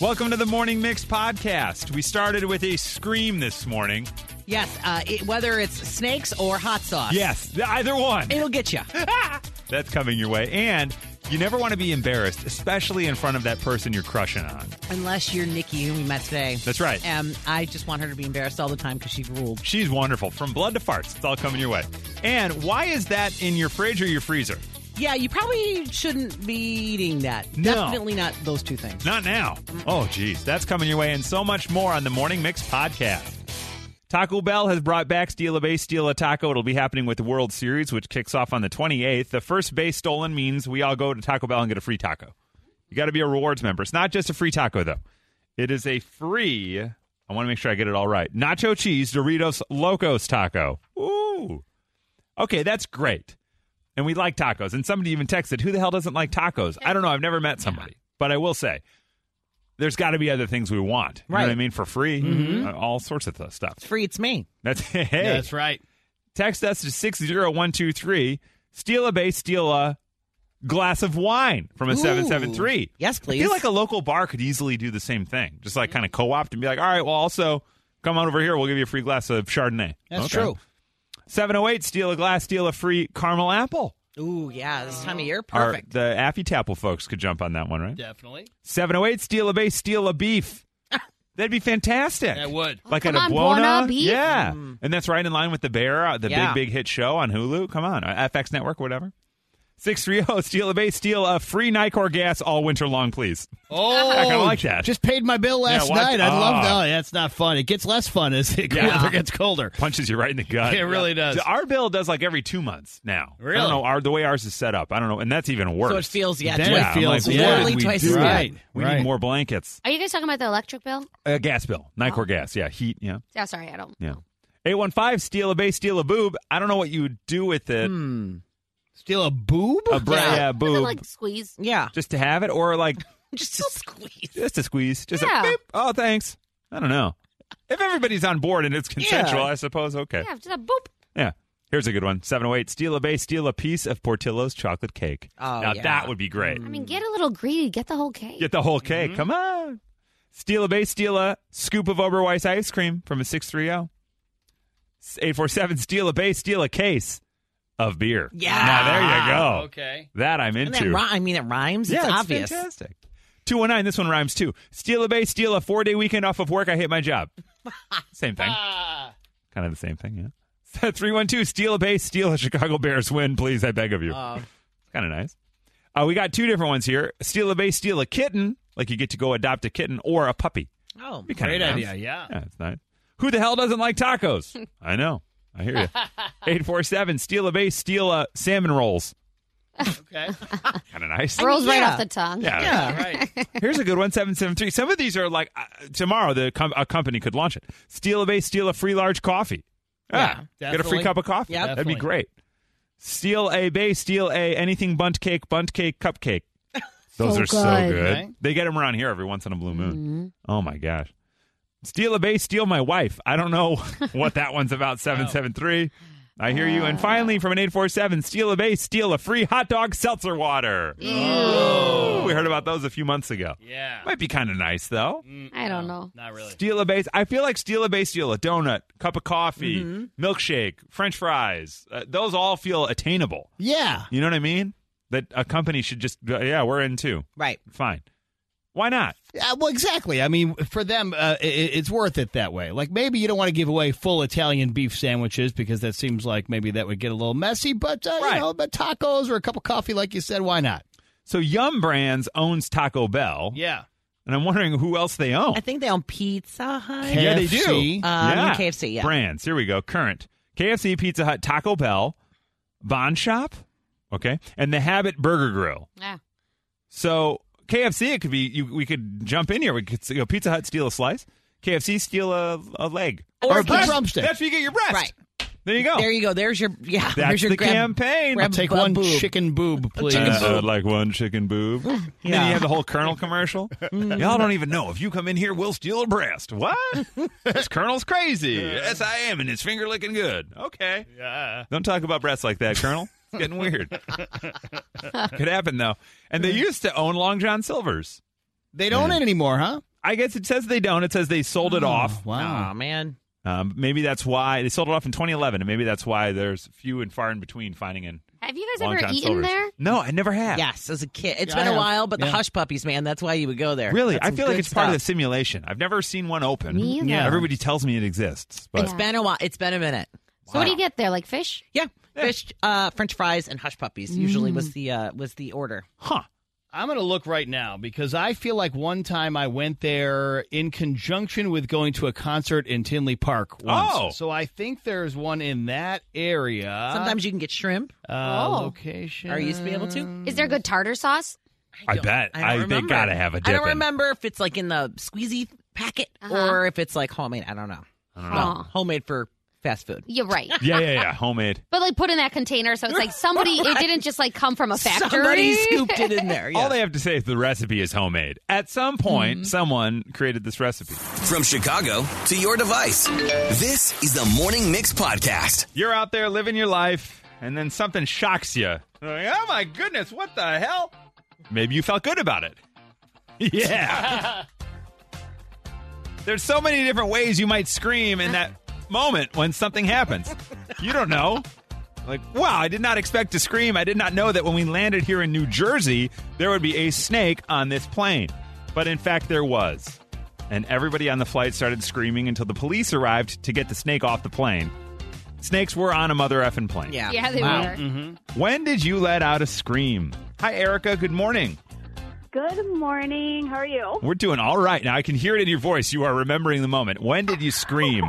Welcome to the Morning Mix podcast. We started with a scream this morning. Yes, uh, it, whether it's snakes or hot sauce. Yes, either one. It'll get you. That's coming your way. And you never want to be embarrassed, especially in front of that person you're crushing on. Unless you're Nikki, who we met today. That's right. Um, I just want her to be embarrassed all the time because she ruled. She's wonderful. From blood to farts, it's all coming your way. And why is that in your fridge or your freezer? Yeah, you probably shouldn't be eating that. No. Definitely not those two things. Not now. Oh, geez. That's coming your way and so much more on the Morning Mix podcast. Taco Bell has brought back Steal a Base, Steal a Taco. It'll be happening with the World Series, which kicks off on the 28th. The first base stolen means we all go to Taco Bell and get a free taco. You got to be a rewards member. It's not just a free taco, though. It is a free, I want to make sure I get it all right, nacho cheese Doritos Locos taco. Ooh. Okay, that's great. And we like tacos. And somebody even texted, who the hell doesn't like tacos? I don't know. I've never met somebody. But I will say, there's got to be other things we want. You know what I Right. Mm-hmm. mean? For free, Uh, all sorts of th- stuff. It's free, it's me. That's hey. Yeah, that's right. Text us to six zero one two three. Steal a base, steal a glass of wine from a Ooh. seven seven three. Yes, I please. feel like a local bar could easily do the same thing, just like kind of co-opt and be like, all right, well, also come on over here. We'll give you a free glass of Chardonnay. That's true. Seven oh eight. Steal a glass, steal a free caramel apple. Ooh, yeah, this time of year, Our- perfect. the Affy Tapple folks could jump on that one, right? Definitely. 708, steal a base, steal a beef. That'd be fantastic. That would. Like come at on, a Buona Buona. beef. Yeah. And that's right in line with The Bear, uh, the Yeah. big, big hit show on Hulu. Come on, uh, FX Network, whatever. 630, steal a base, steal a free Nicor gas all winter long, please. Oh, I kinda like that. Just paid my bill last what? night. I love Ah. that. That's not fun. It gets less fun as it Yeah. colder gets colder. Punches you right in the gut. It really does. Our bill does like every two months now. I don't Really? know. Our, the way ours is set up, I don't know. And that's even worse. so it feels, yeah, That twice- yeah, I'm feels- like, yeah. what did literally we twice do? as Right. bad. We Right. need more blankets. Are you guys talking about the electric bill? Uh, gas bill, Nicor gas. Yeah, heat. Yeah. Yeah, sorry, I don't. Yeah. 815, steal a base, steal a boob. I don't know what you would do with it. Steal a boob? A bra- Hmm. Yeah. yeah. Does it boob. like squeeze? Yeah, just to have it or like just to squeeze. just a squeeze. Just Yeah. a beep. Oh, thanks. I don't know. If everybody's on board and it's consensual, Yeah. I suppose, okay. Yeah, just a boop. Yeah. Here's a good one. 708, steal a base, steal a piece of Portillo's chocolate cake. Oh, now yeah. that would be great. Mm-hmm. I mean, get a little greedy. Get the whole cake. Get the whole cake. Come on. Steal a base, steal a scoop of Oberweis ice cream from a oh. 630. 847, steal a base, steal a case of beer. Yeah. Ah, Now there you go. Okay. That I'm And into. that ri- I mean, it rhymes. yeah, it's, it's obvious. fantastic. 219, this one rhymes too. Steal a base, steal a four day weekend off of work. I hit my job. same thing. Ah. Kind of the same thing, yeah. 312, steal a base, steal a Chicago Bears win, please. I beg of you. Um, Oh. kind of nice. Uh, we got two different ones here steal a base, steal a kitten, like you get to go adopt a kitten or a puppy. Oh, Be kinda Great nice. idea. Yeah. Yeah, it's nice. Who the hell doesn't like tacos? I know. I hear you. 847, steal a base, steal a salmon rolls. Okay. Kind of nice. Rolls right yeah. off the tongue. Yeah. All yeah. right. Here's a good one, seven seven three. Some of these are like uh, tomorrow. The com- a company could launch it. Steal a base, steal a free large coffee. Ah, Yeah, get a free definitely. cup of coffee. Yeah, that'd be definitely. great. Steal a base, steal a anything bunt cake, bunt cake, cupcake. Those So are so good. good. Right? They get them around here every once in a blue moon. Oh my gosh. Steal a base, steal my wife. I don't know what that one's about. Seven seven three. I hear you. And finally, from an eight four seven, steal a base, steal a free hot dog seltzer water. Ooh, we heard about those a few months ago. Yeah. Mm. Might be kind of nice though. I don't know. Not really. Steal a base. I feel like steal a base, steal a donut, cup of coffee, milkshake, French fries. Uh, those all feel attainable. Yeah. You know what I mean? That a company should just uh, yeah, we're in too. Right. Fine. Why not? Yeah, well, exactly. I mean, for them, uh, it, it's worth it that way. Like, maybe you don't want to give away full Italian beef sandwiches because that seems like maybe that would get a little messy. But uh, Right. you know, but tacos or a cup of coffee, like you said, why not? So Yum Brands owns Taco Bell, Yeah, and I'm wondering who else they own. I think they own Pizza Hut. K- Oh. yeah, they do. KFC. Um, KFC, yeah. Brands. Here we go. Current KFC, Pizza Hut, Taco Bell, Bond Shop, okay, and the Habit Burger Grill. Yeah. So KFC, it could be you, we could jump in here. We could go Pizza Hut steal a slice, KFC steal a, a leg Or a a drumstick. That's where you get your breast. Right. there you go. There you go. There's your yeah. That's there's your the grab- campaign. grab- take bu- one boob. chicken boob, please. chicken Uh, I would like one chicken boob. And Then you have the whole Colonel commercial. Mm. Y'all don't even know. If you come in here, we'll steal a breast. What? this Colonel's crazy. Yes, I am, and his finger licking good. Okay. Yeah. Don't talk about breasts like that, Colonel. It's getting weird. Could happen though. And they used to own Long John Silver's. They don't own it anymore, huh? I guess it says they don't. It says they sold it off. Wow. Oh man. Um, maybe that's why they sold it off in 2011, and maybe that's why there's few and far in between finding in Have you guys long ever time eaten soldiers. there? No, I never have. Yes, as a kid. it's Yeah, been I a have. while, but Yeah. the hush puppies, man, that's why you would go there. Really, That's I some feel like good it's part of the stuff. simulation. I've never seen one open. Me either. Yeah. Everybody tells me it exists, but It's been a while. It's been a minute. So what do you get there? Like fish? Yeah, fish, uh, French fries, and hush puppies usually Mm. was the uh, was the order. huh? I'm going to look right now because I feel like one time I went there in conjunction with going to a concert in Tinley Park once. Oh. So I think there's one in that area. Sometimes you can get shrimp. Uh, Oh. Location. Or you used to be able to. Is there good tartar sauce? I don't- bet. don't I- they remember. gotta have a I dip in. don't remember if it's like in the squeezy packet Uh-huh. or if it's like homemade. I don't know. I don't know. Oh. Homemade for fast food. You're right. Yeah, yeah, yeah. Homemade. But like put in that container so it's like somebody it didn't just like come from a factory. Somebody scooped it in there. All yeah. they have to say is the recipe is homemade. At some point, someone created this recipe. From Chicago to your device, this is the Morning Mix Podcast. You're out there living your life, and then something shocks you. You're like, oh my goodness, what the hell? Maybe you felt good about it. Yeah. There's so many different ways you might scream in that moment when something happens. You don't know. Like, wow, I did not expect to scream. I did not know that when we landed here in New Jersey, there would be a snake on this plane. But in fact, there was. And everybody on the flight started screaming until the police arrived to get the snake off the plane. Snakes were on a mother effing plane. Yeah. Yeah, they Wow. Mm-hmm. were. Mm-hmm. When did you let out a scream? Hi, Erica. Good morning. Good morning. How are you? We're doing all right. Now I can hear it in your voice. You are remembering the moment. When did you scream?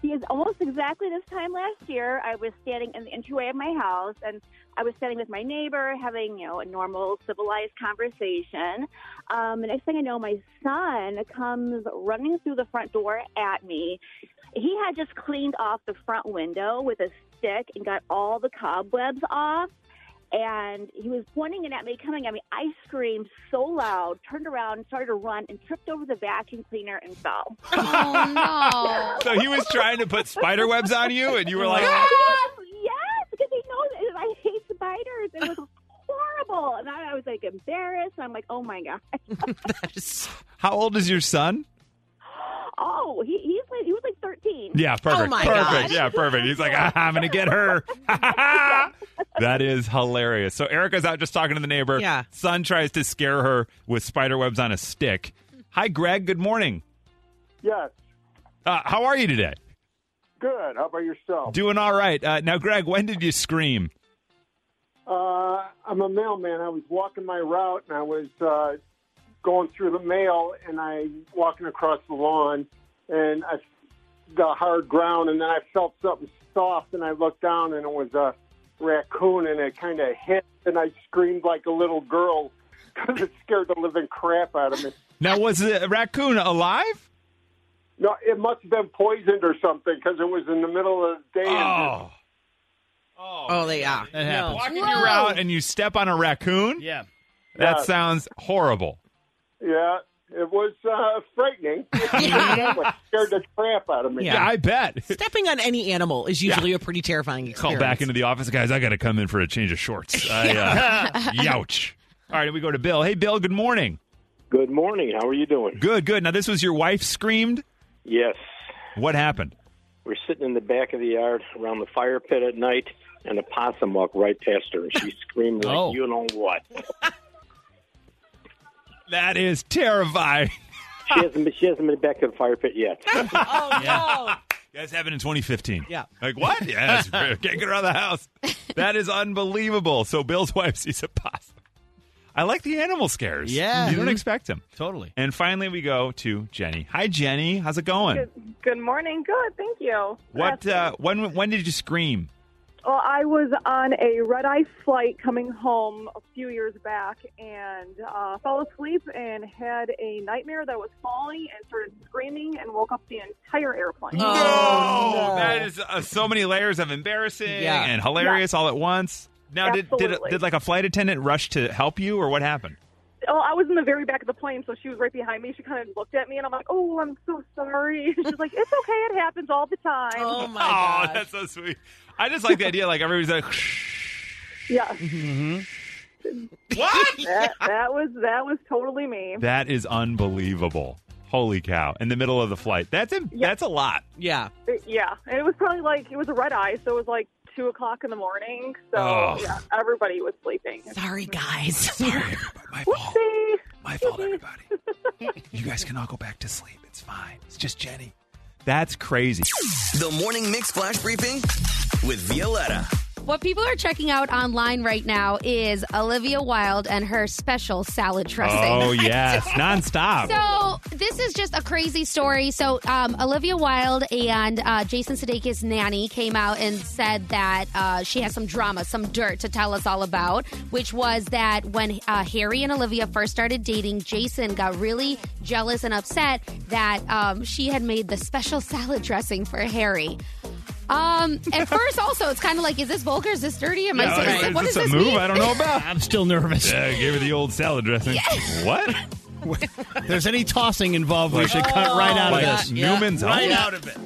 Yes, almost exactly this time last year, I was standing in the entryway of my house, and I was standing with my neighbor, having you know a normal, civilized conversation. Um, the next thing I know, my son comes running through the front door at me. He had just cleaned off the front window with a stick and got all the cobwebs off. and he was pointing it at me, coming at me. I screamed so loud, turned around, started to run, and tripped over the vacuum cleaner and fell. Oh no. so he was trying to put spider webs on you, and you were like, yes, because he knows that I hate spiders. It was horrible, and I, I was like embarrassed. And I'm like, oh my god. That is- "How old is your son?" Oh, he he's like he was like 13. Yeah, perfect. Oh my perfect. gosh. Yeah, perfect. He's like, ah, "I'm gonna get her." that is hilarious. So Erica's out just talking to the neighbor. Yeah. Son tries to scare her with spider webs on a stick. Hi, Greg. Good morning. Yes. Uh, how are you today? Good. How about yourself? Doing all right. Uh, now, Greg, when did you scream? Uh, I'm a mailman. I was walking my route and I was uh, going through the mail and I walking across the lawn and I the hard ground and then I felt something soft and I looked down and it was a raccoon and it kind of hit and I screamed like a little girl because it scared the living crap out of me. Now, was the raccoon alive? No, it must have been poisoned or something because it was in the middle of the day. and just- Oh. oh, they are. That happens. Walking your route and you step on a raccoon? Yeah. That Yeah. sounds horrible. Yeah, it was uh, frightening. It scared the crap out of me. Yeah. Yeah, I bet. Stepping on any animal is usually a pretty terrifying Call experience. back into the office. Guys, I got to come in for a change of shorts. I, uh, youch. All right, we go to Bill. Hey, Bill, good morning. Good morning. How are you doing? Good, good. Now, this was your wife screamed. Yes. What happened? We're sitting in the back of the yard around the fire pit at night, and a possum walked right past her, and she screamed like, Oh. you know what? That is terrifying. She hasn't, been, she hasn't been back to the fire pit yet. Oh no! That's happened in 2015. Yeah. Like, what? Yeah, it's- can't get her out of the house. That is unbelievable. So Bill's wife sees a possum. I like the animal scares. Yeah. You don't expect them. Totally. And finally, we go to Jenny. Hi, Jenny. How's it going? Good morning. Good, thank you. What? Uh, when? When did you scream? Well, I was on a red eye flight coming home a few years back and uh, fell asleep and had a nightmare that I was falling and started screaming and woke up the entire airplane. Oh. no, that is uh, so many layers of embarrassing Yeah. and hilarious all at once. Now, did, did Absolutely. did like a flight attendant rush to help you, or what happened? Oh, I was in the very back of the plane, so she was right behind me. She kind of looked at me and I'm like, "Oh, I'm so sorry." She's like, "It's okay. It happens all the time." Oh my oh, god! that's so sweet. I just like the idea. Like everybody's like, Yeah. Mm-hmm. What? That, that was that was totally me. That is unbelievable. Holy cow! In the middle of the flight. That's a, that's a lot. Yeah. It- yeah, and it was probably like it was a red eye, so it was like two o'clock in the morning. So Oh. yeah, everybody was sleeping. Mm-hmm. Sorry, guys. Sorry, everybody. My fault. See? My fault, everybody. you guys can all go back to sleep. It's fine. It's just Jenny. That's crazy. The Morning Mix Flash Briefing with Violetta. What people are checking out online right now is Olivia Wilde and her special salad dressing. Oh yes, nonstop. So this is just a crazy story. So um, Olivia Wilde and uh, Jason Sudeikis' nanny came out and said that uh, she has some drama, some dirt to tell us all about, which was that when uh, Harry and Olivia first started dating, Jason got really jealous and upset that um, she had made the special salad dressing for Harry. Um, at first, also, it's kind of like, is this vulgar? Is this dirty? Am I Yeah, saying is what does this this a move mean? I don't know about? I'm still nervous. Yeah, I gave her the old salad dressing. What? If There's any tossing involved, we should cut Oh. right out of like this. Newman's Right own? out of it.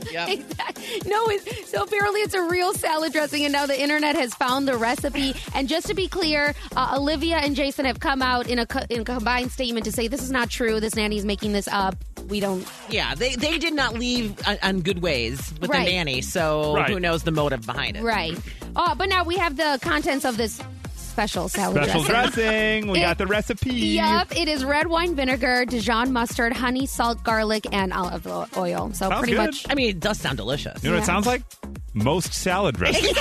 No, it, so apparently it's a real salad dressing, and now the internet has found the recipe. And just to be clear, uh, Olivia and Jason have come out in a, co- in a combined statement to say this is not true. This nanny is making this up. We don't. Yeah, they they did not leave on, on good ways with Right. the nanny, so Right. who knows the motive behind it? Right. Uh, but now we have the contents of this special salad Special dressing. dressing. We got the recipe. Yep, it is red wine vinegar, Dijon mustard, honey, salt, garlic, and olive o- oil. So Sounds pretty good. much I mean, it does sound delicious. You know what it sounds like? Most salad dressing.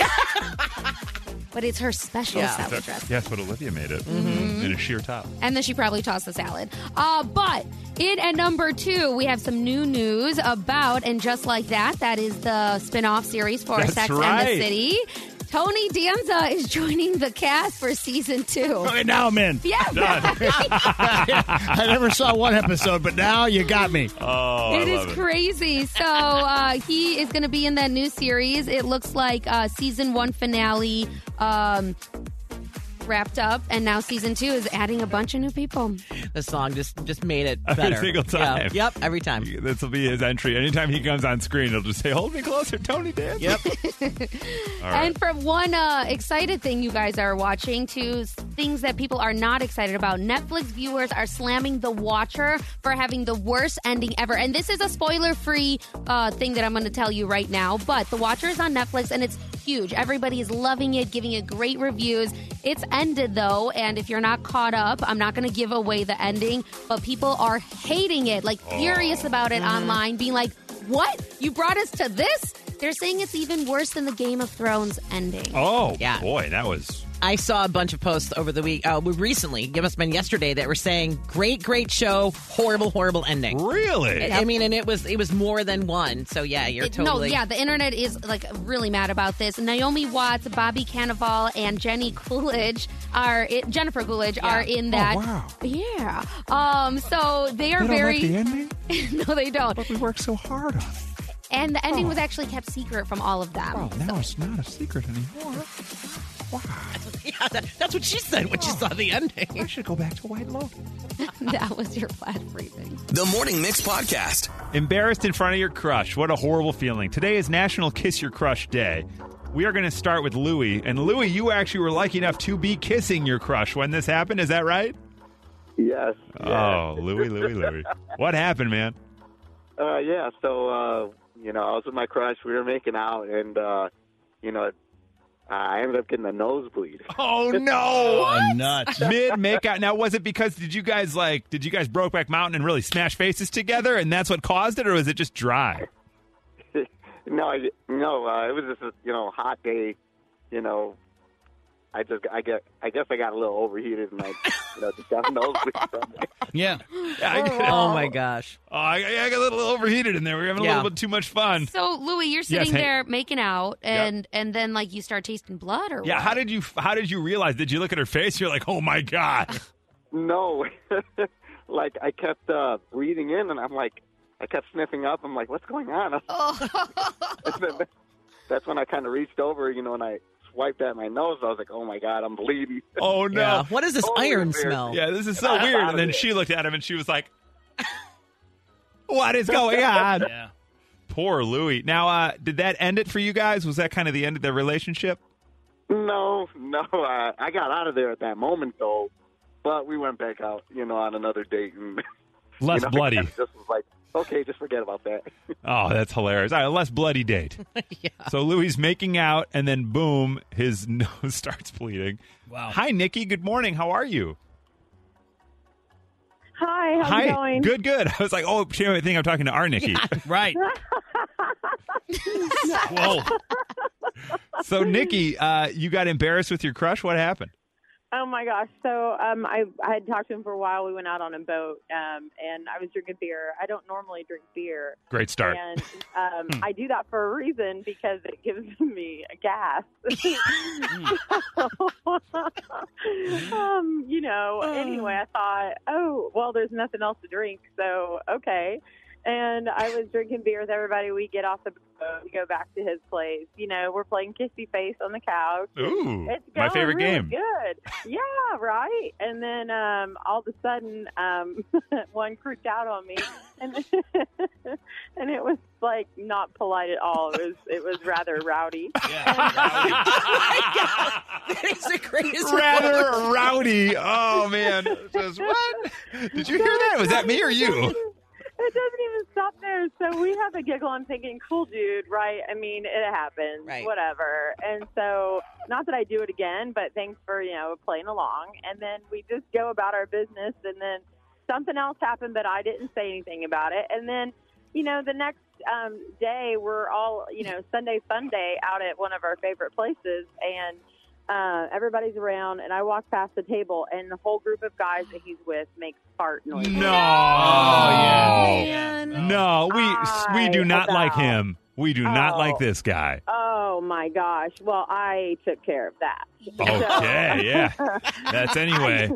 but it's her special Yeah. salad dressing. yes, but Olivia made it Mm-hmm. Mm-hmm. in a sheer top. and then she probably tossed the salad. Uh, but in at number two, we have some new news about and just like that. That is the spin-off series for That's Sex and right. the City. Tony Danza is joining the cast for season two. Okay, now I'm in. Yeah, I never saw one episode, but now you got me. Oh, I it love is crazy. So uh, he is going to be in that new series. It looks like uh, season one finale um, wrapped up, and now season two is adding a bunch of new people. The song just just made it Every better. single Yeah. time. Yep, every time. it. This will be his entry. Anytime he comes on screen, he'll just say, "Hold me closer, Tony Danza." Yep. And from one uh, excited thing you guys are watching to s- things that people are not excited about, Netflix viewers are slamming The Watcher for having the worst ending ever. And this is a spoiler free uh, thing that I'm going to tell you right now. But The Watcher is on Netflix and it's huge. Everybody is loving it, giving it great reviews. It's ended though, and if you're not caught up, I'm not going to give away the ending, but people are hating it, like furious about Mm-hmm. it online, being like, what? You brought us to this? They're saying it's even worse than the Game of Thrones ending. Oh, Yeah. boy, that was I saw a bunch of posts over the week, uh, we- recently, it must have been yesterday, that were saying, great, great show, horrible, horrible ending. really. I- I mean, and it was it was more than one. So yeah, you're It- totally No, yeah, the internet is like really mad about this. Naomi Watts, Bobby Cannavale, and Jenny Coolidge are it, Jennifer Coolidge are in that. Oh, wow. Yeah. Um. So they are They don't very. like the ending, no, they don't. but we worked so hard on. it. And the ending was actually kept secret from all of them. Oh, now it's not a secret anymore. yeah. That, that's what she said when she saw the ending. I should go back to White Lotus. that was your flat briefing. The Morning Mix Podcast. Embarrassed in front of your crush. What a horrible feeling. Today is National Kiss Your Crush Day. We are going to start with Louie. And Louie, you actually were lucky enough to be kissing your crush when this happened. Is that right? Yes. Oh, Louie, Louie, Louie. What happened, man? Uh, yeah, so, uh, you know, I was with my crush. We were making out, and, uh, you know, I ended up getting a nosebleed. Oh, no. I'm nuts. Mid makeout. Now, was it because did you guys like, did you guys Brokeback Mountain and really smash faces together and that's what caused it? Or was it just dry? No, I, no, uh, it was just a, you know hot day. You know, I just I get I guess I got a little overheated and I you know just got a nosebleed. from it. Yeah. I, Oh my gosh. Oh, I, I got a little overheated in there. We were having a Yeah. little bit too much fun. So Louis, you're sitting Hank. there making out, and and then like you start tasting blood, or Yeah, what? how did you how did you realize? Did you look at her face? You're like, oh my god. No, like I kept uh, breathing in and I'm like I kept sniffing up. I'm like, what's going on? That's when I kind of reached over, you know, and I swiped at my nose. I was like, oh my god, I'm bleeding. Oh no. Yeah. Yeah, What is this Oh, iron weird. smell? this is so I'm weird. out And of then it. she looked at him and she was like, what is going on? Yeah. Poor Louie. Now, uh, did that end it for you guys? Was that kind of the end of their relationship? No, no. I, I got out of there at that moment, though. But we went back out, you know, on another date, and Less you know, bloody. I just was like, okay, just forget about that. Oh, that's hilarious. All right, less bloody date. So Louis making out, and then boom, his nose starts bleeding. Wow. Hi, Nikki. Good morning. How are you? Hi, how's Hi. it going? Good, good. I was like, oh, shame, I think I'm talking to our Nikki. Right. Whoa. Oh. so, Nikki, uh, you got embarrassed with your crush. What happened? Oh my gosh! So um, I I had talked to him for a while. We went out on a boat, um, and I was drinking beer. I don't normally drink beer, Great start. Hmm. and um, I do that for a reason because it gives me gas. Hmm. Mm-hmm. um, you know. Uh. Anyway, I thought, oh well, there's nothing else to drink, so okay. And I was drinking beer with everybody. We get off the boat, we go back to his place. You know, we're playing kissy face on the couch. Ooh, It's my going favorite really game. Good. Yeah, right. And then um, all of a sudden, um, one creeped out on me, and and it was like not polite at all. It was it was rather rowdy. Oh It's the greatest. Rather rowdy. Oh man, Just- what? Did you hear that? Was that me or you? It doesn't even stop there. So we have a giggle. I'm thinking, cool, dude, right? I mean, it happens, Right. whatever. And so, not that I do it again, but thanks for you know playing along. And then we just go about our business. And then something else happened, but I didn't say anything about it. And then, you know, the next um, day we're all you know Sunday Sunday out at one of our favorite places, and uh, everybody's around. And I walk past the table, and the whole group of guys that he's with makes fart noises. No. Oh, Man. No, we we do I not like know. him. We do not Oh. like this guy. Oh my gosh. Well, I took care of that. Okay, yeah. That's anyway.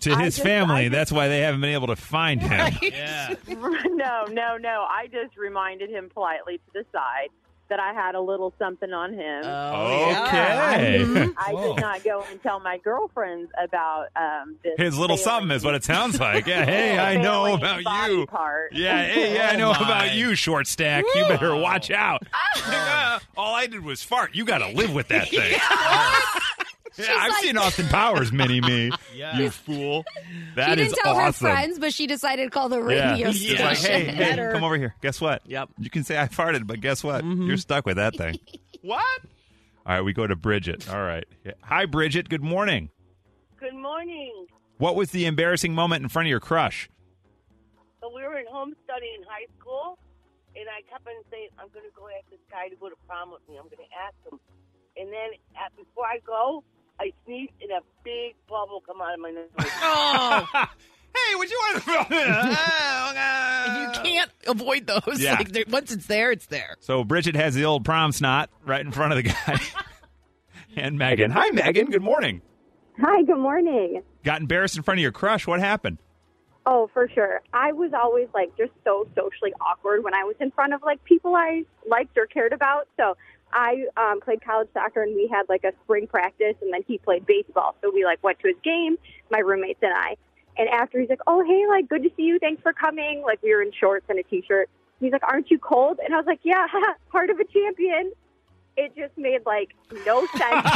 To I his just- family, I just- that's why they haven't been able to find him. Yeah. no, no, no. I just reminded him politely to the side that I had a little something on him. Okay. Mm-hmm. I Whoa. did not go and tell my girlfriends about um, this. His little failing- something is what it sounds like. Yeah, hey, I know failing about body you. Part. Yeah, hey, yeah, I Oh, know my. about you, short stack. You better watch out. Yeah, Ah. All I did was fart. You got to live with that thing. Yeah, I've like- seen Austin Powers mini me. Yeah. You fool. she That is didn't tell awesome. her friends, but she decided to call the Yeah. radio It's like, hey, station. hey, come over here. Guess what? Yep. You can say I farted, but guess what? Mm-hmm. You're stuck with that thing. what? All right, we go to Bridget. All right. Yeah. Hi, Bridget. Good morning. Good morning. What was the embarrassing moment in front of your crush? So we were in home study in high school, and I kept on saying, I'm going to go ask this guy to go to prom with me. I'm going to ask him. And then at, before I go, I sneezed, and a big bubble come out of my nose. Oh, Hey, would you want to film you can't avoid those. Oh. Yeah. Like they're- once it's there, it's there. So Bridget has the old prom snot right in front of the guy. and Megan. Hi, Megan. Good morning. Hi, good morning. Got embarrassed in front of your crush. What happened? Oh, for sure. I was always like just so socially awkward when I was in front of like people I liked or cared about. So I um, played college soccer and we had like a spring practice and then he played baseball. So we like went to his game, my roommates and I. And after he's like, oh, hey, like good to see you. Thanks for coming. Like we were in shorts and a t-shirt. He's like, aren't you cold? And I was like, yeah, part of a champion. It just made like no sense.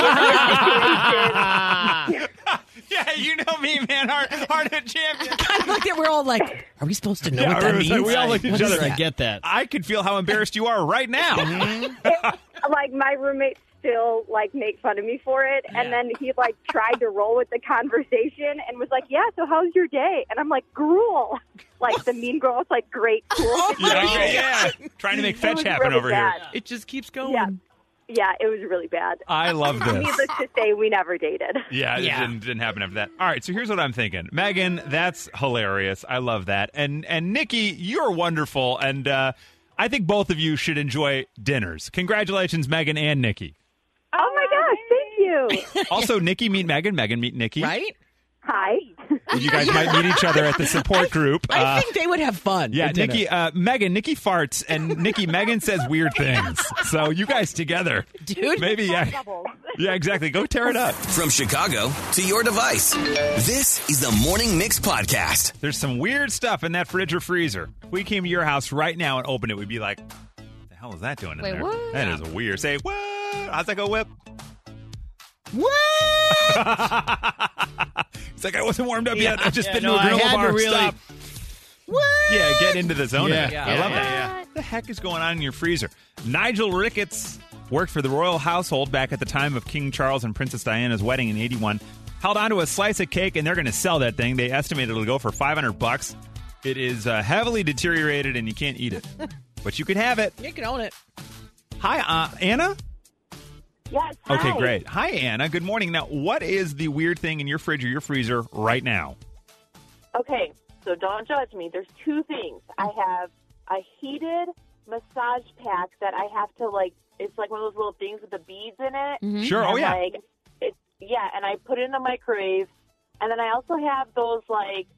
Yeah, you know me, man. Heart, heart of champion. I looked at. We're all like, are we supposed to know Yeah, what that we- means? we all looked at What each is other that? Mm-hmm. I get that. I could feel how embarrassed you are right now. like my roommates still like make fun of me for it and then he like tried to roll with the conversation and was like yeah so how's your day and i'm like gruel like the mean girl was like great cool yeah, yeah, Oh, yeah. Trying to make It fetch was happen really over bad. here. It just keeps going. yeah yeah it was really bad I love this. needless to say we never dated Yeah, it Yeah. Didn't, didn't happen after that. All right, so here's what I'm thinking, Megan. That's hilarious. I love that. And and Nikki, you're wonderful. And uh, I think both of you should enjoy dinners. Congratulations, Megan and Nikki. oh my gosh thank you Also, Nikki meet Megan. Megan meet Nikki. Right? hi You guys might meet each other at the support group. I Uh, think they would have fun. yeah, at dinner. Nikki, uh, Megan, Nikki farts, and Nikki, Megan says weird things. So you guys together, Dude. Maybe yeah, yeah, exactly. Go tear it up. From Chicago to your device, this is the Morning Mix Podcast. There's some weird stuff in that fridge or freezer. If we came to your house right now and opened it, we'd be like, "The hell is that doing in Wait, there? what?" "Oh, That is weird." Say, "What?" How's that go, Whip? What? It's like I wasn't warmed up yet. Yeah, I've just yeah, been no, to a I grill had to bar. really- Stop. What? Yeah, get into the zone. of Yeah, it. yeah, I love yeah, that. yeah. What the heck is going on in your freezer? Nigel Ricketts worked for the royal household back at the time of King Charles and Princess Diana's wedding in 81. Held onto a slice of cake and they're going to sell that thing. They estimate it'll go for 500 bucks. It is uh, heavily deteriorated and you can't eat it. but you can have it. You can own it. Hi, uh, Anna? Yes. Okay, hi. great. Hi, Anna. Good morning. Now, what is the weird thing in your fridge or your freezer right now? Okay, so don't judge me. There's two things. I have a heated massage pack that I have to like. It's like one of those little things with the beads in it. Sure. Oh, And, yeah. Like, it's, yeah, and I put it in the microwave, and then I also have those like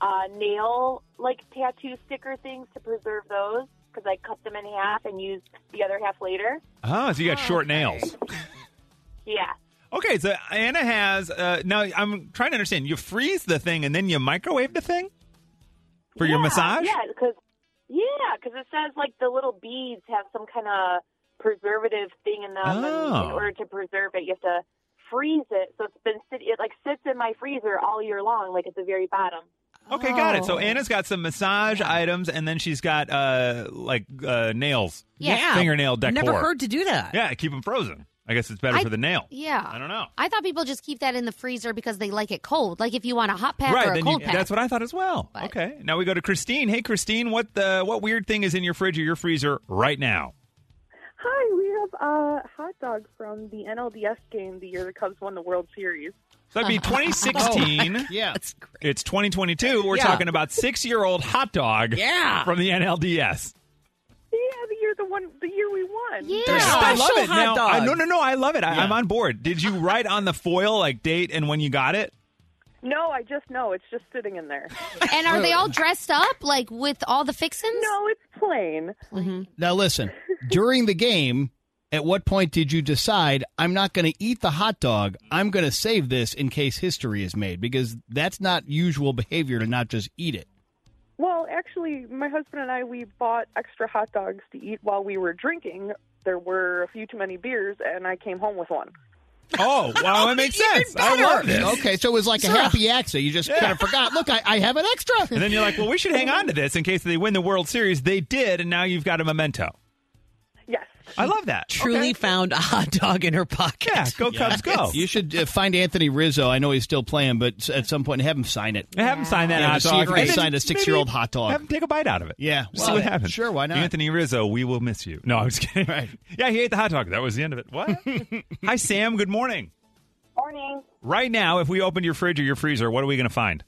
uh, nail like tattoo sticker things to preserve those because I cut them in half and use the other half later. Oh, so you got short nails. Yeah. Okay, so Anna has. Uh, now I'm trying to understand. You freeze the thing and then you microwave the thing for your Yeah, massage. Yeah, because yeah, 'cause it says like the little beads have some kind of preservative thing in them, and Oh. in order to preserve it, you have to freeze it. So it's been sit- it like sits in my freezer all year long, like at the very bottom. Okay, got it. Oh. So Anna's got some massage items and then she's got uh like uh, nails, Yeah. fingernail decor. Never heard to do that. Yeah, keep them frozen. I guess it's better I- for the nail. Yeah. I don't know. I thought people just keep that in the freezer because they like it cold. Like if you want a hot pack Right, or a then cold you, pack. that's what I thought as well. But- Okay, now we go to Christine. Hey, Christine, what the what weird thing is in your fridge or your freezer right now? Hi, we have a hot dog from the NLDS game the year the Cubs won the World Series. So that'd be 2016. Yeah. That's great. It's 2022. We're Yeah. talking about six year old hot dog Yeah. from the NLDS. Yeah, the year the one the year we won. yeah. There's Yeah. I love Special it. hot now, I, dogs. no, no, no. I love it. I, Yeah. I'm on board. Did you write on the foil like date and when you got it? No, I just know it's just sitting in there. and are they all dressed up like with all the fixins? No, it's plain. Now listen, during the game, at what point did you decide I'm not going to eat the hot dog? I'm going to save this in case history is made because that's not usual behavior to not just eat it. Well, actually, my husband and I we bought extra hot dogs to eat while we were drinking. There were a few too many beers, and I came home with one. Oh, wow. That makes sense. I love this. Okay, so it was like a happy accident. You just kind of forgot. Look, I, I have an extra. And then you're like, well, we should hang on to this in case they win the World Series. They did, and now you've got a memento. Yes. I love that. Truly Okay. found a hot dog in her pocket. Yeah, go Cubs, go. You should uh, find Anthony Rizzo. I know he's still playing, but s- at some point have him sign it. I haven't signed that Yeah, hot just see dog. if they And then signed a six-year-old maybe hot dog. Have him take a bite out of it. Yeah, Just see well, what happens. sure, why not? Anthony Rizzo, we will miss you. No, I'm just kidding. Right. Yeah, he ate the hot dog. That was the end of it. What? Hi, Sam. Good morning. Morning. Right now, if we opened your fridge or your freezer, what are we going to find?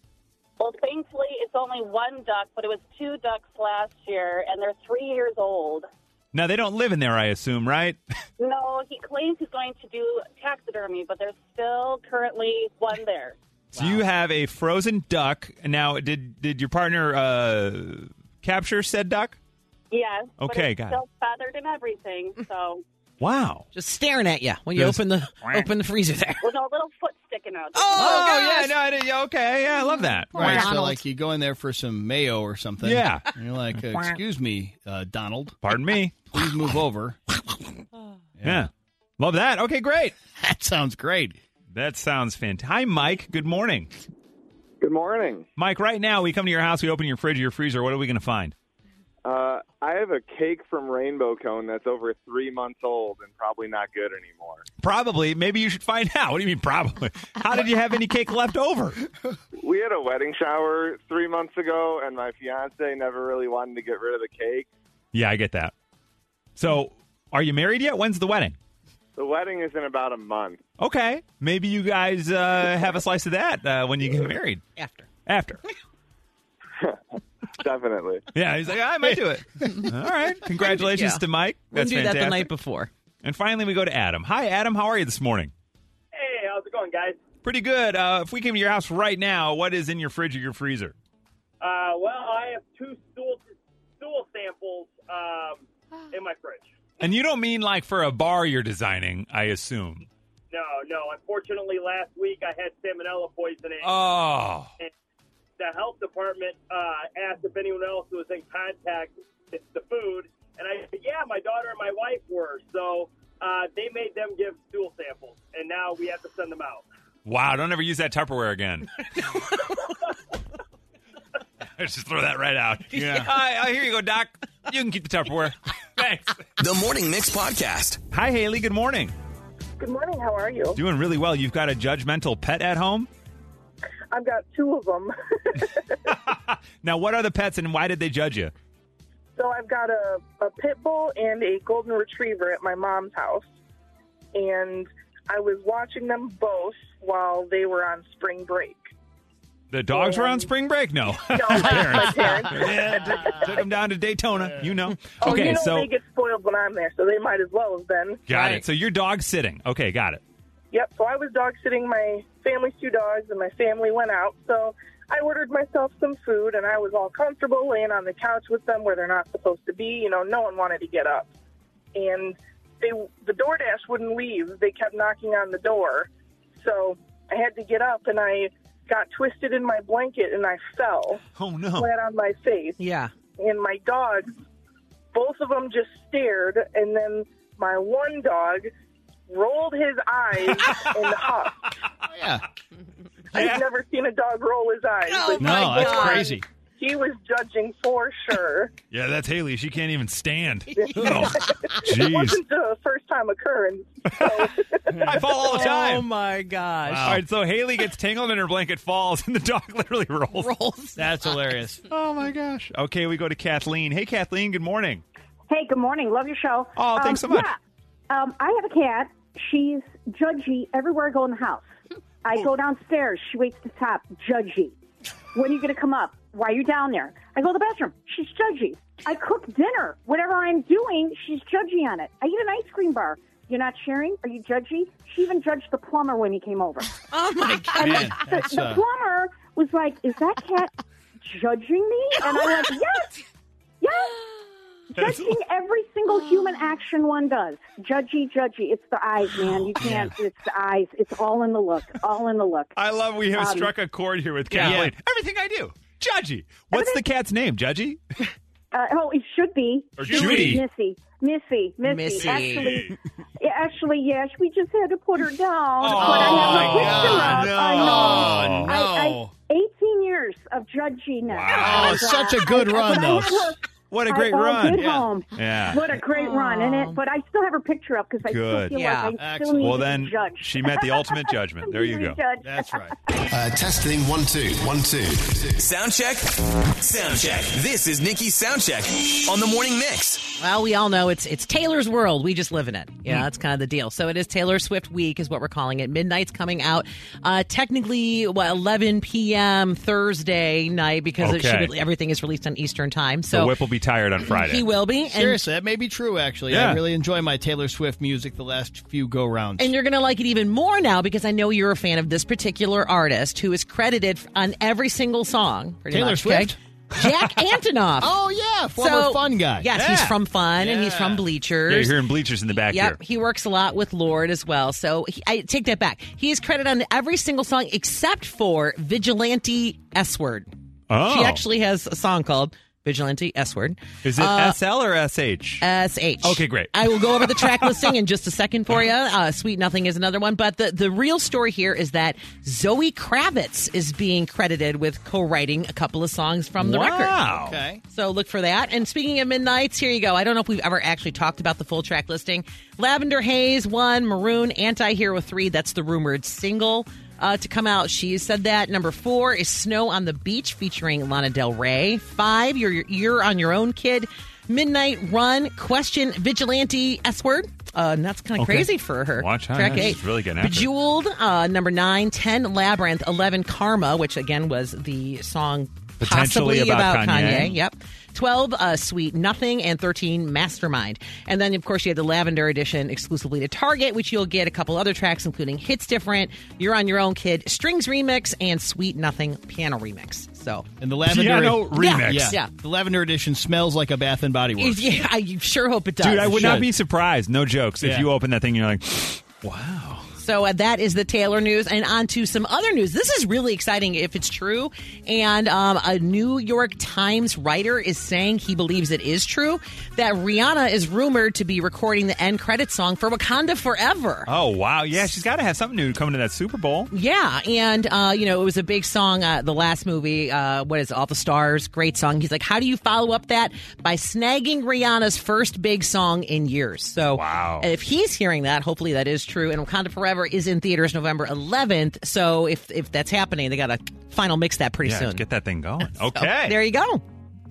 Well, thankfully, it's only one duck, but it was two ducks last year, and they're three years old. Now, they don't live in there, I assume, right? No, he claims he's going to do taxidermy, but there's still currently one there. So you have a frozen duck. Now, did did your partner uh, capture said duck? Yes. but Okay, it's got it. still feathered and everything, so Wow. Just staring at you when you Just- open the open the freezer there. with a little foot sticking out. yeah, no, I did, yeah, okay, yeah, I love that. Right, so Donald. like you go in there for some mayo or something. Yeah. and you're like, uh, excuse me, uh, Donald, Pardon me. please move over. Yeah. love that. Okay, great. That sounds great. That sounds fantastic. Hi, Mike. Good morning, Good morning. Mike. Right now, we come to your house, we open your fridge or your freezer. What are we going to find? Uh, I have a cake from Rainbow Cone that's over three months old and probably not good anymore. Probably. Maybe you should find out. What do you mean, probably? How did you have any cake left over? We had a wedding shower three months ago, and my fiance never really wanted to get rid of the cake. Yeah, I get that. So, are you married yet? When's the wedding? The wedding is in about a month. Okay, maybe you guys uh, have a slice of that uh, when you get married After. after. Definitely. Yeah, he's like, "Ah, I might do it. All right, congratulations Yeah. to Mike. We'll That's do fantastic. that the night before. and finally, we go to Adam. Hi, Adam. How are you this morning? Hey, how's it going, guys? Pretty good. Uh, if we came to your house right now, what is in your fridge or your freezer? Uh, well, I have two stool stool samples um, in my fridge. And you don't mean like for a bar you're designing, I assume. No, no. Unfortunately, last week I had salmonella poisoning. Oh, the health department uh, asked if anyone else was in contact with the food, and I said, yeah, my daughter and my wife were. So Uh, they made them give stool samples, and now we have to send them out. Wow, don't ever use that Tupperware again. Let's just throw that right out. Yeah. Uh, here you go, Doc. You can keep the Tupperware. Thanks. The Morning Mix Podcast. Hi, Haley. Good morning. Good morning. How are you? Doing really well. You've got a judgmental pet at home. I've got two of them. Now, what are the pets and why did they judge you? So I've got a, a pit bull and a golden retriever at my mom's house. And I was watching them both while they were on spring break. The dogs were on spring break? No. No, my, my parents. yeah, took, took 'em down to Daytona, you know. Oh, okay, you know so they get spoiled when I'm there, so they might as well have been. got it. Right. So your dog sitting. Okay, got it. Yep, so I was dog sitting my family's two dogs, and my family went out. So I ordered myself some food, and I was all comfortable laying on the couch with them where they're not supposed to be. You know, no one wanted to get up. And they, the DoorDash wouldn't leave, they kept knocking on the door. So I had to get up, and I got twisted in my blanket, and I fell Oh no. flat on my face Yeah. and my dogs, both of them just stared, and then my one dog rolled his eyes and huffed. Oh, yeah. Yeah. I've never seen a dog roll his eyes. Oh, but No, My that's God. crazy. He was judging for sure. Yeah, that's Haley. She can't even stand. Oh, it Jeez. wasn't the first time occurrence. I fall all the time. Oh my gosh. All right, so Haley gets tangled in her blanket, falls, and the dog literally rolls. Rolls. That's hilarious. Oh my gosh. Okay, we go to Kathleen. Hey, Kathleen. Good morning. Hey, good morning. Love your show. Oh, thanks so much. Yeah. Um, I have a cat. She's judgy everywhere I go in the house. I go downstairs. She waits at the top. Judgy. When are you going to come up? Why are you down there? I go to the bathroom. She's judgy. I cook dinner. Whatever I'm doing, she's judgy on it. I eat an ice cream bar. You're not sharing? Are you judgy? She even judged the plumber when he came over. Oh my god. Man, The, that's, the uh, plumber was like, "Is that cat judging me?" And I'm like, "Yes, yes." Judging every single human action one does. Judgy, judgy. It's the eyes, man. Oh, You can't. It's the eyes. It's all in the look. All in the look. I love we have Um, struck a chord here with Kathleen. Yeah. Everything I do. Judgy. What's the cat's name, Judgy? Uh, oh, it should be. Or Should Judy. be Missy. Missy. Missy. Missy. Actually, yeah, actually, yes. We just had to put her down. Oh, but I have a my picture God, up. no. I know. Oh, I, no. I, 18 years of judginess. Wow. Oh, such a good run, But I though. had her- What a I- great oh, run. Good home. Yeah. What a great run, and it. But I still have her picture up because I Good. still feel like Yeah. I still Excellent. need Well, to be then judged. she met the ultimate judgment. There you Be go. judged. That's right. Uh, testing one two one two. Sound check. Sound check. This is Nikki's sound check on the morning mix. Well, we all know it's it's Taylor's world. We just live in it. Yeah, Hmm. that's kind of the deal. So it is Taylor Swift week, is what we're calling it. Midnight's coming out, uh, technically what 11 p.m. Thursday night because it Okay. should, everything is released on Eastern time. The So whip will be tired on Friday. he will be. And, Seriously, that may be true, actually. Yeah. I really enjoy my Taylor Swift music the last few go rounds. and you're going to like it even more now because I know you're a fan of this particular artist who is credited on every single song. pretty Taylor much, okay? Swift? Jack Antonoff. oh, yeah. Former So- fun guy. Yes, Yeah. he's from Fun and he's Yeah. Yeah, from you're Bleachers. hearing bleachers in the back Yep, here. he works a lot with Lord as well. So he, I take that back. He is credited on every single song except for Vigilante S Word. Oh. She actually has a song called Vigilante S Word. Is it uh, SL or SH? SH. Okay, great. I will go over the track listing in just a second for you. Uh, Sweet Nothing is another one. But the, the real story here is that Zoe Kravitz is being credited with co writing a couple of songs from the record. wow. Okay. So look for that. And speaking of midnights, here you go. I don't know if we've ever actually talked about the full track listing. Lavender Haze one, Maroon Anti Hero three. That's the rumored single uh, to come out. She said that number four is Snow on the Beach featuring Lana Del Rey. Five, you're you're on your own, kid. Midnight Run Question Vigilante S word. Uh, and that's kind of Okay. crazy for her. Watch out. track She's eight. really getting after it. Bejeweled Jeweled, uh, number nine, 10, Labyrinth, 11, Karma, which again was the song Potentially possibly about about, Kanye. Kanye. Yep. 12, uh, Sweet Nothing, and 13, Mastermind. And then, of course, you had the Lavender Edition exclusively to Target, which you'll get a couple other tracks, including Hits Different, You're on Your Own Kid, Strings Remix, and Sweet Nothing Piano Remix. So, And the lavender. Piano remix. Yeah. Yeah. The lavender edition smells like a Bath and Body Works. yeah, I sure hope it does. Dude, I would not should. be surprised, no jokes, if Yeah. you open that thing and you're like, wow. So uh, that is the Taylor news. And on to some other news. This is really exciting if it's true. And um, a New York Times writer is saying he believes it is true that Rihanna is rumored to be recording the end credit song for Wakanda Forever. Oh wow, yeah, she's got to have something new coming to that Super Bowl. Yeah, and uh, you know it was a big song. Uh, the last movie, uh, what is it, All the Stars? Great song. He's like, how do you follow up that by snagging Rihanna's first big song in years? So, wow. If he's hearing that, hopefully that is true. And Wakanda Forever is in theaters November 11th. So if if that's happening, they got to final mix that pretty yeah, soon. let's get that thing going. So, Okay, there you go.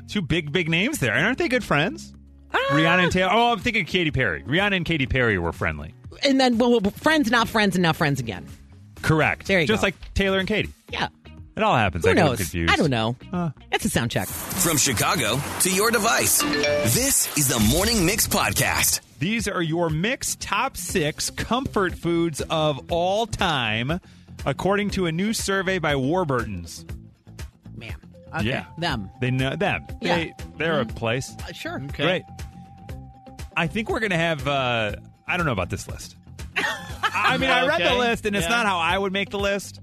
Two big big names there, and aren't they good friends? Ah. Rihanna and Taylor. Oh, I'm thinking Katy Perry. Rihanna and Katy Perry were friendly. And then well, well, friends, not friends, and now friends again. Correct. There you Just go. like Taylor and Katy. Yeah. It all happens. Who I knows? Get confused. I don't know. That's a sound check. From Chicago to your device, this is the Morning Mix Podcast. These are your mixed top six comfort foods of all time, according to a new survey by Warburtons. Man. Okay. Yeah. Them. They know them. Yeah. They, they're a place. Uh, sure. Great. I think we're going to have, uh, I don't know about this list. I mean, I read Okay. the list, and it's Yeah. not how I would make the list.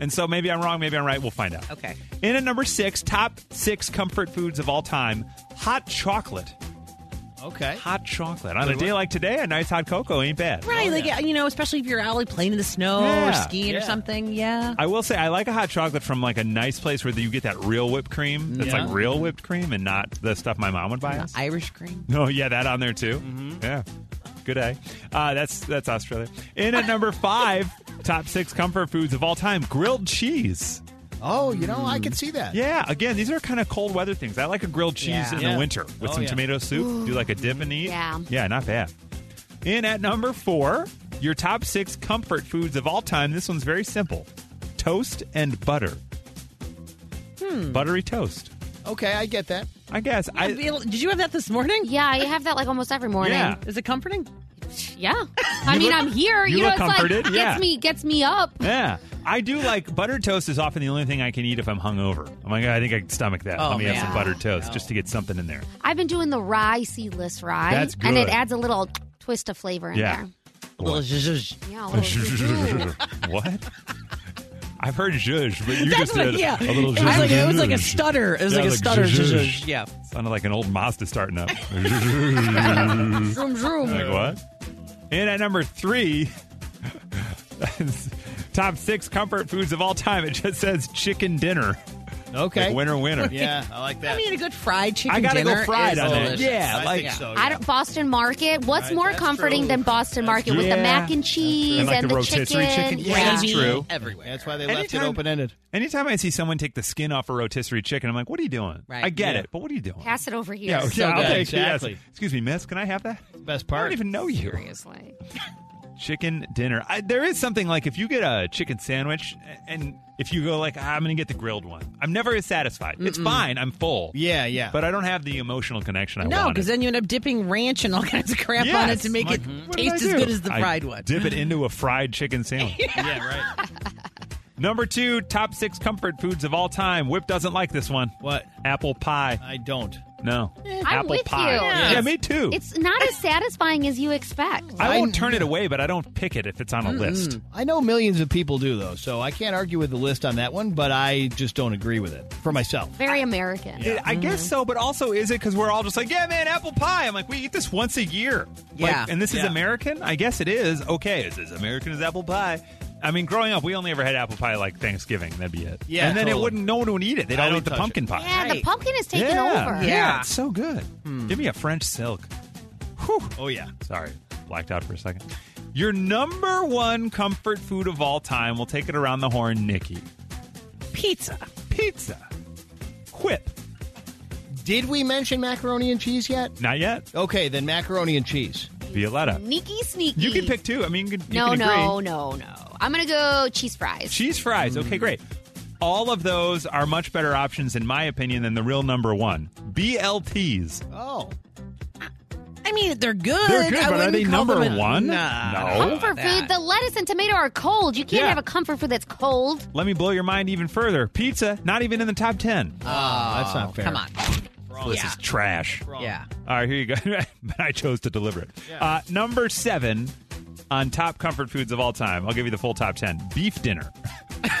And so maybe I'm wrong, maybe I'm right. We'll find out. Okay. In at number six, top six comfort foods of all time hot chocolate. Okay. Hot chocolate. On a day like today, a nice hot cocoa ain't bad. Right, like you know, especially if you're out like playing in the snow or Oh, Yeah. skiing or Yeah. something. Yeah. I will say I like a hot chocolate from like a nice place where you get that real whipped cream. That's Yeah. like real whipped cream and not the stuff my mom would buy us. Irish cream. Oh yeah, that on there too. Yeah, good day. Uh, that's that's Australia. In at number five, top six comfort foods of all time: grilled cheese. Oh, you know, I can see that. Yeah, again, these are kind of cold weather things. I like a grilled cheese Yeah. in Yeah. the winter with Oh, some yeah. tomato soup. Do like a dip and eat. Yeah. yeah, not bad. In at number four, your top six comfort foods of all time. This one's very simple: toast and butter. Buttery toast. Okay, I get that. Mm-hmm. I guess I, I. did you have that this morning? Yeah, I have that like almost every morning. Yeah. Is it comforting? Yeah. I You mean, look- I'm here. you You, know, look it's comforted, like yeah. gets me gets me up. Yeah, I do like buttered toast. Is often the only thing I can eat if I'm hungover. I'm like, I think I can stomach that. Oh, Let me have man. some buttered toast just to get something in there. I've been doing the rye seedless rye, That's and it good. adds a little twist of flavor in Yeah. there. A little zzzz. Yeah, a little- what? I've heard zhuzh, but you That's just what, did yeah. a little it, was like, it was like a zhuzh. stutter. It was Yeah, like a like stutter. zzzz. zzzz. Yeah. Sounded like an old Mazda starting up. Vroom, vroom. like what? And at number three, top six comfort foods of all time. It just says chicken dinner. Okay. Like winner, winner. Yeah, I like that. I mean, a good fried chicken I gotta dinner go fried is on delicious. it. Yeah, I like think so. I don't, Boston Market. What's Right, more that's comforting true. than Boston Market with the true. mac and cheese and, And, like, the the, rotisserie chicken. Yeah, that's Gravy true. Everywhere. That's why they left it Anytime- open ended. Anytime I see someone take the skin off a rotisserie chicken, I'm like, what are you doing? Right. I get Yeah. it, but what are you doing? Pass it over here. Yeah, So yeah, I'll good. take it, yes. Exactly. Excuse me, miss, can I have that? Best I part. don't even know you. Seriously. Chicken dinner. I, there is something like if you get a chicken sandwich a- and if you go like, "Ah, I'm going to get the grilled one. I'm never as satisfied. It's fine. I'm full. Yeah, yeah. But I don't have the emotional connection I No, wanted. because then you end up dipping ranch and all kinds of crap on it Yes. to make Like, it what did taste I as do? good as the I fried one. Dip it into a fried chicken sandwich. yeah, right. Number two, top six comfort foods of all time. Whip doesn't like this one. What? Apple pie. I don't. No. Apple with pie. you. Yeah. Yeah. me too. It's not as satisfying as you expect. I won't turn it away, but I don't pick it if it's on a list. I know millions of people do, though, so I can't argue with the list on that one, but I just don't agree with it for myself. Very American. It- I guess so, but also is it because we're all just like, yeah, man, apple pie. I'm like, we eat this once a year. Like, Yeah. and this is Yeah. American? I guess it is. Okay, it's as American as apple pie. I mean, growing up, we only ever had apple pie like Thanksgiving. That'd be it. Yeah, And then it totally. wouldn't, no one would eat it. They'd I all don't eat the touch pumpkin it. pie. Yeah, the pumpkin is taken yeah. over. Yeah. Hmm. Yeah. it's so good. Give me a French silk. Whew. Oh, yeah. Sorry, blacked out for a second. Your number one comfort food of all time. We'll take it around the horn, Nikki. Pizza. Pizza. Quip. Did we mention macaroni and cheese yet? Not yet. Okay, then macaroni and cheese. Violetta. Sneaky, sneaky. You can pick two. I mean, you can, you No, can agree. no, no, no. I'm going to go cheese fries. Cheese fries. Okay, great. All of those are much better options, in my opinion, than the real number one. BLTs. Oh. I mean, they're good. They're good, I but are wouldn't they call number them a- one? Nah. No. Comfort that. food, the lettuce and tomato are cold. You can't Yeah. have a comfort food that's cold. Let me blow your mind even further. Pizza, not even in the top 10. that's not fair. Oh, Come on. this is trash. Yeah. All right, here you go. but I chose to deliver it. Uh, number seven on top comfort foods of all time. I'll give you the full top 10. Beef dinner.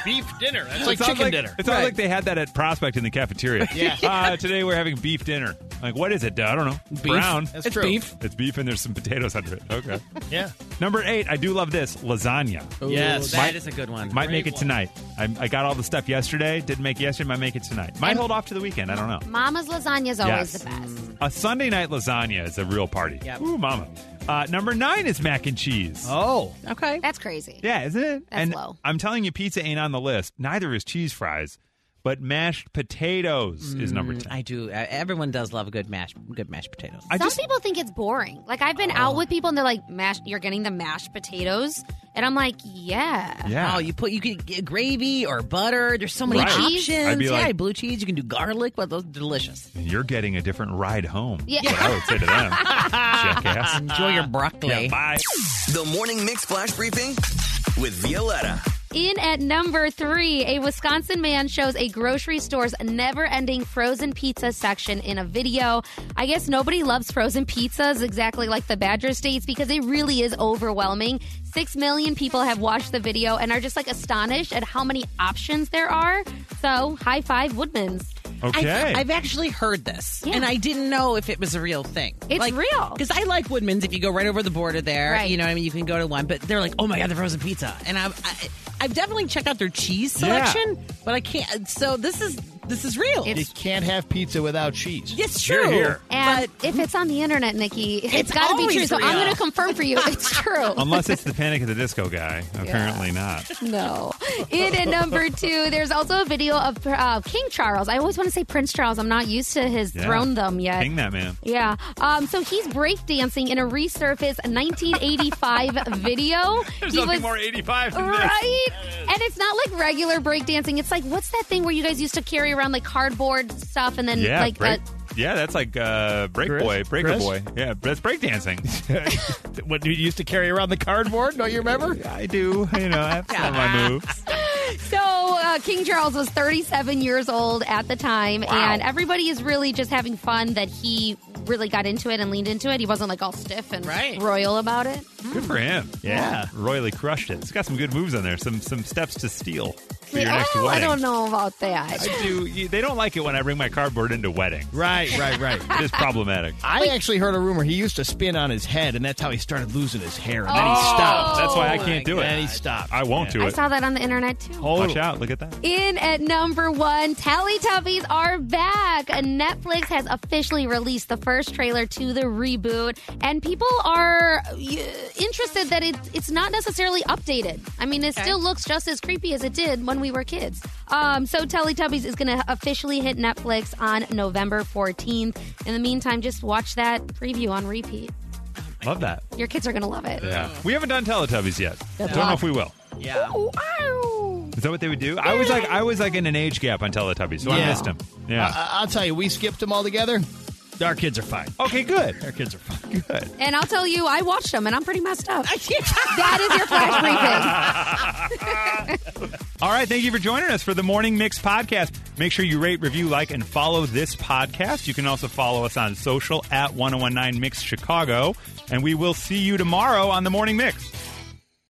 Beef dinner. That's It like sounds chicken dinner. It sounds like they had that at Prospect in the cafeteria. Yeah. Uh, today we're having beef dinner. Like, what is it? I don't know. Beef. Brown. That's It's true. beef. It's beef, and there's some potatoes under it. Okay. Yeah. Number eight, I do love this lasagna. Ooh, Yes. that Might- is a good one. Might make it tonight. I, I got all the stuff yesterday. Didn't make it yesterday. Might make it tonight. Might hold off to the weekend. I don't know. Mama's lasagna is always Yes. the best. A Sunday night lasagna is a real party. Yep. Ooh, mama. Uh, number nine is mac and cheese. Oh. Mm. Okay. That's crazy. Yeah, isn't it? That's and low. I'm telling you, pizza ain't on the list. Neither is cheese fries, but mashed potatoes is number Mm, ten. I do. Uh, everyone does love a good mashed good mashed potatoes. I Some just- Oh. people think it's boring. Like I've been out with people and they're like, "Mash, you're getting the mashed potatoes," and I'm like, "Yeah." yeah. Oh, you put you could get gravy or butter. There's so many Right. options. I'd be yeah, like- blue cheese. You can do garlic, but those are delicious. And you're getting a different ride home. Yeah. is What I would say to them. Jackass. Enjoy your broccoli. Yeah, bye. The Morning Mix Flash Briefing with Violetta. In at number three, a Wisconsin man shows a grocery store's never ending frozen pizza section in a video. I guess nobody loves frozen pizzas exactly like the Badger States because it really is overwhelming. Six million people have watched the video and are just like astonished at how many options there are. So, high five, Woodman's. Okay. I've, I've actually heard this, Yeah. and I didn't know if it was a real thing. It's real. because I like Woodman's. If you go right over the border there, Right. you know, what I mean, you can go to one, but they're like, oh my god, the frozen pizza, and I've I, I've definitely checked out their cheese Yeah. selection, but I can't. So this is this is real. You can't have pizza without cheese. It's Here, true. here. And But if it's on the internet, Nikki, it's It's got to be always true. So I'm real. going to confirm for you it's true. Unless it's the Panic at the Disco guy. Apparently not. No. In at number two, there's also a video of uh, King Charles. I always want to say Prince Charles. I'm not used to his Yeah. throne them yet. King that man. Um, Yeah. Um, so he's breakdancing in a resurfaced 1985 video. There's He nothing was- more 85 than this. Right? And it's not like regular breakdancing. It's like, what's that thing where you guys used to carry around like cardboard stuff and then Yeah, like. break, uh, yeah, that's like uh, break Chris? boy, breaker Chris? boy. Yeah, that's breakdancing. what you used to carry around the cardboard? Don't you remember? I do, you know, I have some of my moves. So uh, King Charles was 37 years old at the time, and everybody is really just having fun that he really got into it and leaned into it. He wasn't like all stiff and Right. royal about it. Good for him. Yeah. royally crushed it. It's got some good moves on there. Some some steps to steal for your next oh, I wedding. don't know about that. I do. you- They don't like it when I bring my cardboard into wedding. Right, right, right. It is problematic. I actually heard a rumor he used to spin on his head, and that's how he started losing his hair. And then he stopped. That's why I Oh can't do And he it. stopped. I won't do I it. saw that on the internet too. Watch out! Look at that. In at number one, Teletubbies are back. Netflix has officially released the first trailer to the reboot, and people are uh, interested that it, it's not necessarily updated. I mean, it still looks just as creepy as it did when we were kids. Um, so, Teletubbies is going to officially hit Netflix on November 14th. In the meantime, just watch that preview on repeat. Love that. Your kids are going to love it. Yeah. We haven't done Teletubbies yet. I don't know luck. if we will. Yeah. Ooh, ow. Is that what they would do? I was like, I was like in an age gap on Teletubbies, so I Yeah. missed them. Yeah. I- I'll tell you, we skipped them all together. Our kids are fine. okay. Good. Our kids are fine. Good. And I'll tell you, I watched them, and I'm pretty messed up. that is your flash briefing. All right, thank you for joining us for the Morning Mix podcast. Make sure you rate, review, like, and follow this podcast. You can also follow us oh on social at 1019 Mix Chicago. And we will see you tomorrow on the Morning Mix.